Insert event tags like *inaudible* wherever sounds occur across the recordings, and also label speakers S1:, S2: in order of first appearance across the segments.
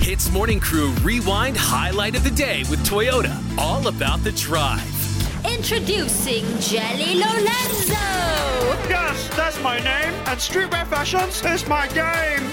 S1: Hits Morning Crew Rewind Highlight of the Day with Toyota. All about the drive.
S2: Introducing Jelly Lorenzo.
S3: Yes, that's my name, and streetwear fashions is my game.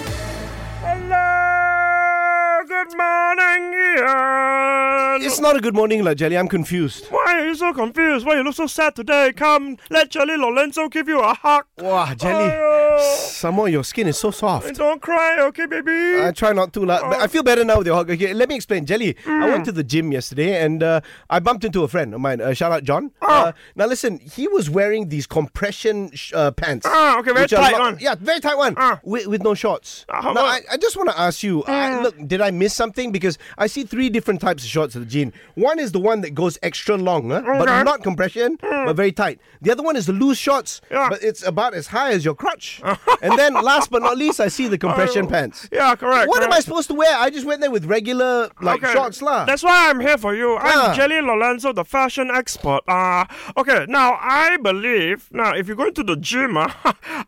S3: Hello, good morning, Ian.
S4: It's not a good morning, La Jelly. I'm confused.
S3: Why are you so confused? Why you look so sad today? Come, let Jelly Lorenzo give you a hug.
S4: Wow, Jelly.
S3: Oh.
S4: Some more, your skin is so
S3: And
S4: soft.
S3: Don't cry, okay, baby?
S4: I try not to, la- but I feel better now with your hug. Okay, let me explain. Jelly, I went to the gym yesterday and uh, I bumped into a friend of mine. Uh, shout out, John.
S3: Oh.
S4: Uh, now, listen, he was wearing these compression sh- uh, pants.
S3: Ah, okay, very
S4: which are
S3: tight one.
S4: Yeah, very tight one.
S3: Ah.
S4: With, with no shorts.
S3: Ah, how
S4: now, I,
S3: about- Ah.
S4: I just want to ask you I, look, did I miss something? Because I see three different types of shorts at the gym. One is the one that goes extra long, huh?
S3: Okay. Hmm.
S4: but not compression, but very tight. The other one is the loose shorts,
S3: Yeah.
S4: but it's about as high as
S3: *laughs*
S4: your crotch. and then, last but not least, I see the compression
S3: Oh,
S4: pants.
S3: yeah, correct,
S4: What am I
S3: correct.
S4: supposed to wear? I just went there with regular like shorts, lah.
S3: That's why I'm here for you.
S4: Ah.
S3: I'm Jelly Lorenzo, the fashion expert. Uh, okay, now I believe, now if you go into the gym, *laughs* uh,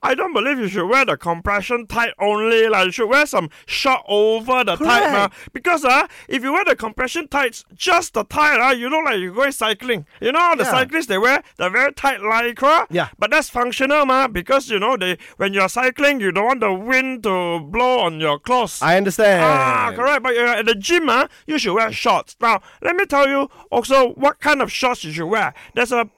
S3: I don't believe you should wear the compression tight only. Like, you should wear some short over the tight. Uh,
S4: Correct.
S3: because uh, if you wear the compression tights, just the tight, uh, you look like you're going cycling. You know, how the
S4: Yeah.
S3: cyclists, they wear the very tight lycra.
S4: Yeah.
S3: But that's functional, ma, because, you know, they when you're cycling, you don't want the wind to blow on your clothes.
S4: I understand.
S3: Ah, correct. But uh, at the gym, uh, you should wear shorts. Now, let me tell you also what kind of shorts you should wear. There's a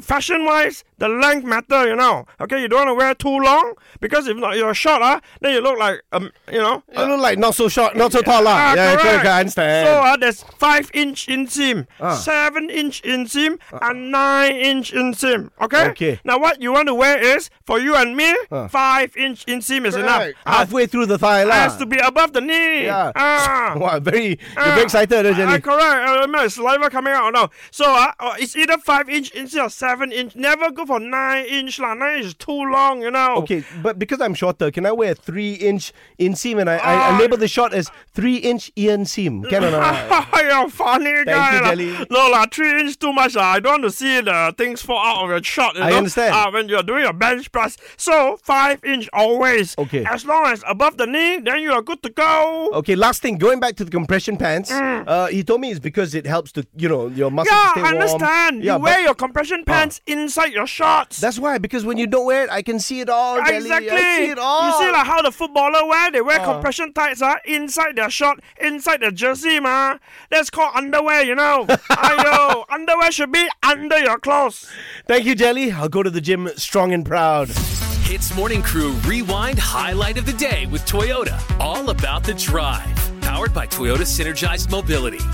S3: fashion wise, the length matter, you know. Okay, you don't want to wear too long because if not, you're short, uh, then you look like, um, you know.
S4: You look like not so short, not so tall, lah.
S3: Ah,
S4: yeah, correct. I understand.
S3: So uh, there's five inch inseam,
S4: Ah.
S3: seven inch inseam, and nine inch inseam. Okay.
S4: Okay.
S3: Now what you want to wear is for you and me,
S4: Ah.
S3: five inch inseam is enough. Ah,
S4: Correct. halfway through the thigh, lah.
S3: Has to be above the knee.
S4: Yeah.
S3: Ah.
S4: *laughs* Wow, very, you're
S3: Ah,
S4: very excited, eh, huh, Jelly.
S3: ah, correct. I remember saliva coming out now. So uh, uh, it's either five inch instead of seven inch. Never go for nine inch lah. Nine inch is too long, you know.
S4: Okay, but because I'm shorter, can I wear a three-inch inseam? And I, I, I
S3: Ah.
S4: label the short as three-inch inseam. Can
S3: *laughs*
S4: or not?
S3: You're a funny guy.
S4: you,
S3: lah.
S4: Jelly.
S3: No, la, three inch too much. lah. I don't want to see the things fall out of your shot. You
S4: I
S3: know?
S4: understand.
S3: Ah, when you're doing your bench press. So, five inch always.
S4: Okay.
S3: As long as above the knee, then you are good to go.
S4: Okay, last thing, going back to the compression pants, uh, he told me it's because it helps to, you know, your muscles
S3: Mm. Yeah,
S4: stay
S3: I
S4: warm.
S3: understand. you
S4: but Ah.
S3: wear your compression pants inside your shorts.
S4: That's why, because when you don't wear it, I can see it all. Jelly.
S3: Exactly.
S4: I see it all.
S3: You see, like how the footballer wear, they wear compression tights uh, inside their short, inside their jersey, ma. That's called underwear, you know. I know. Underwear should be under your clothes.
S4: Thank you, Jelly. I'll go to the gym strong and proud.
S1: Hits Morning Crew Rewind Highlight of the Day with Toyota. All about the drive. Powered by Toyota Synergized Mobility.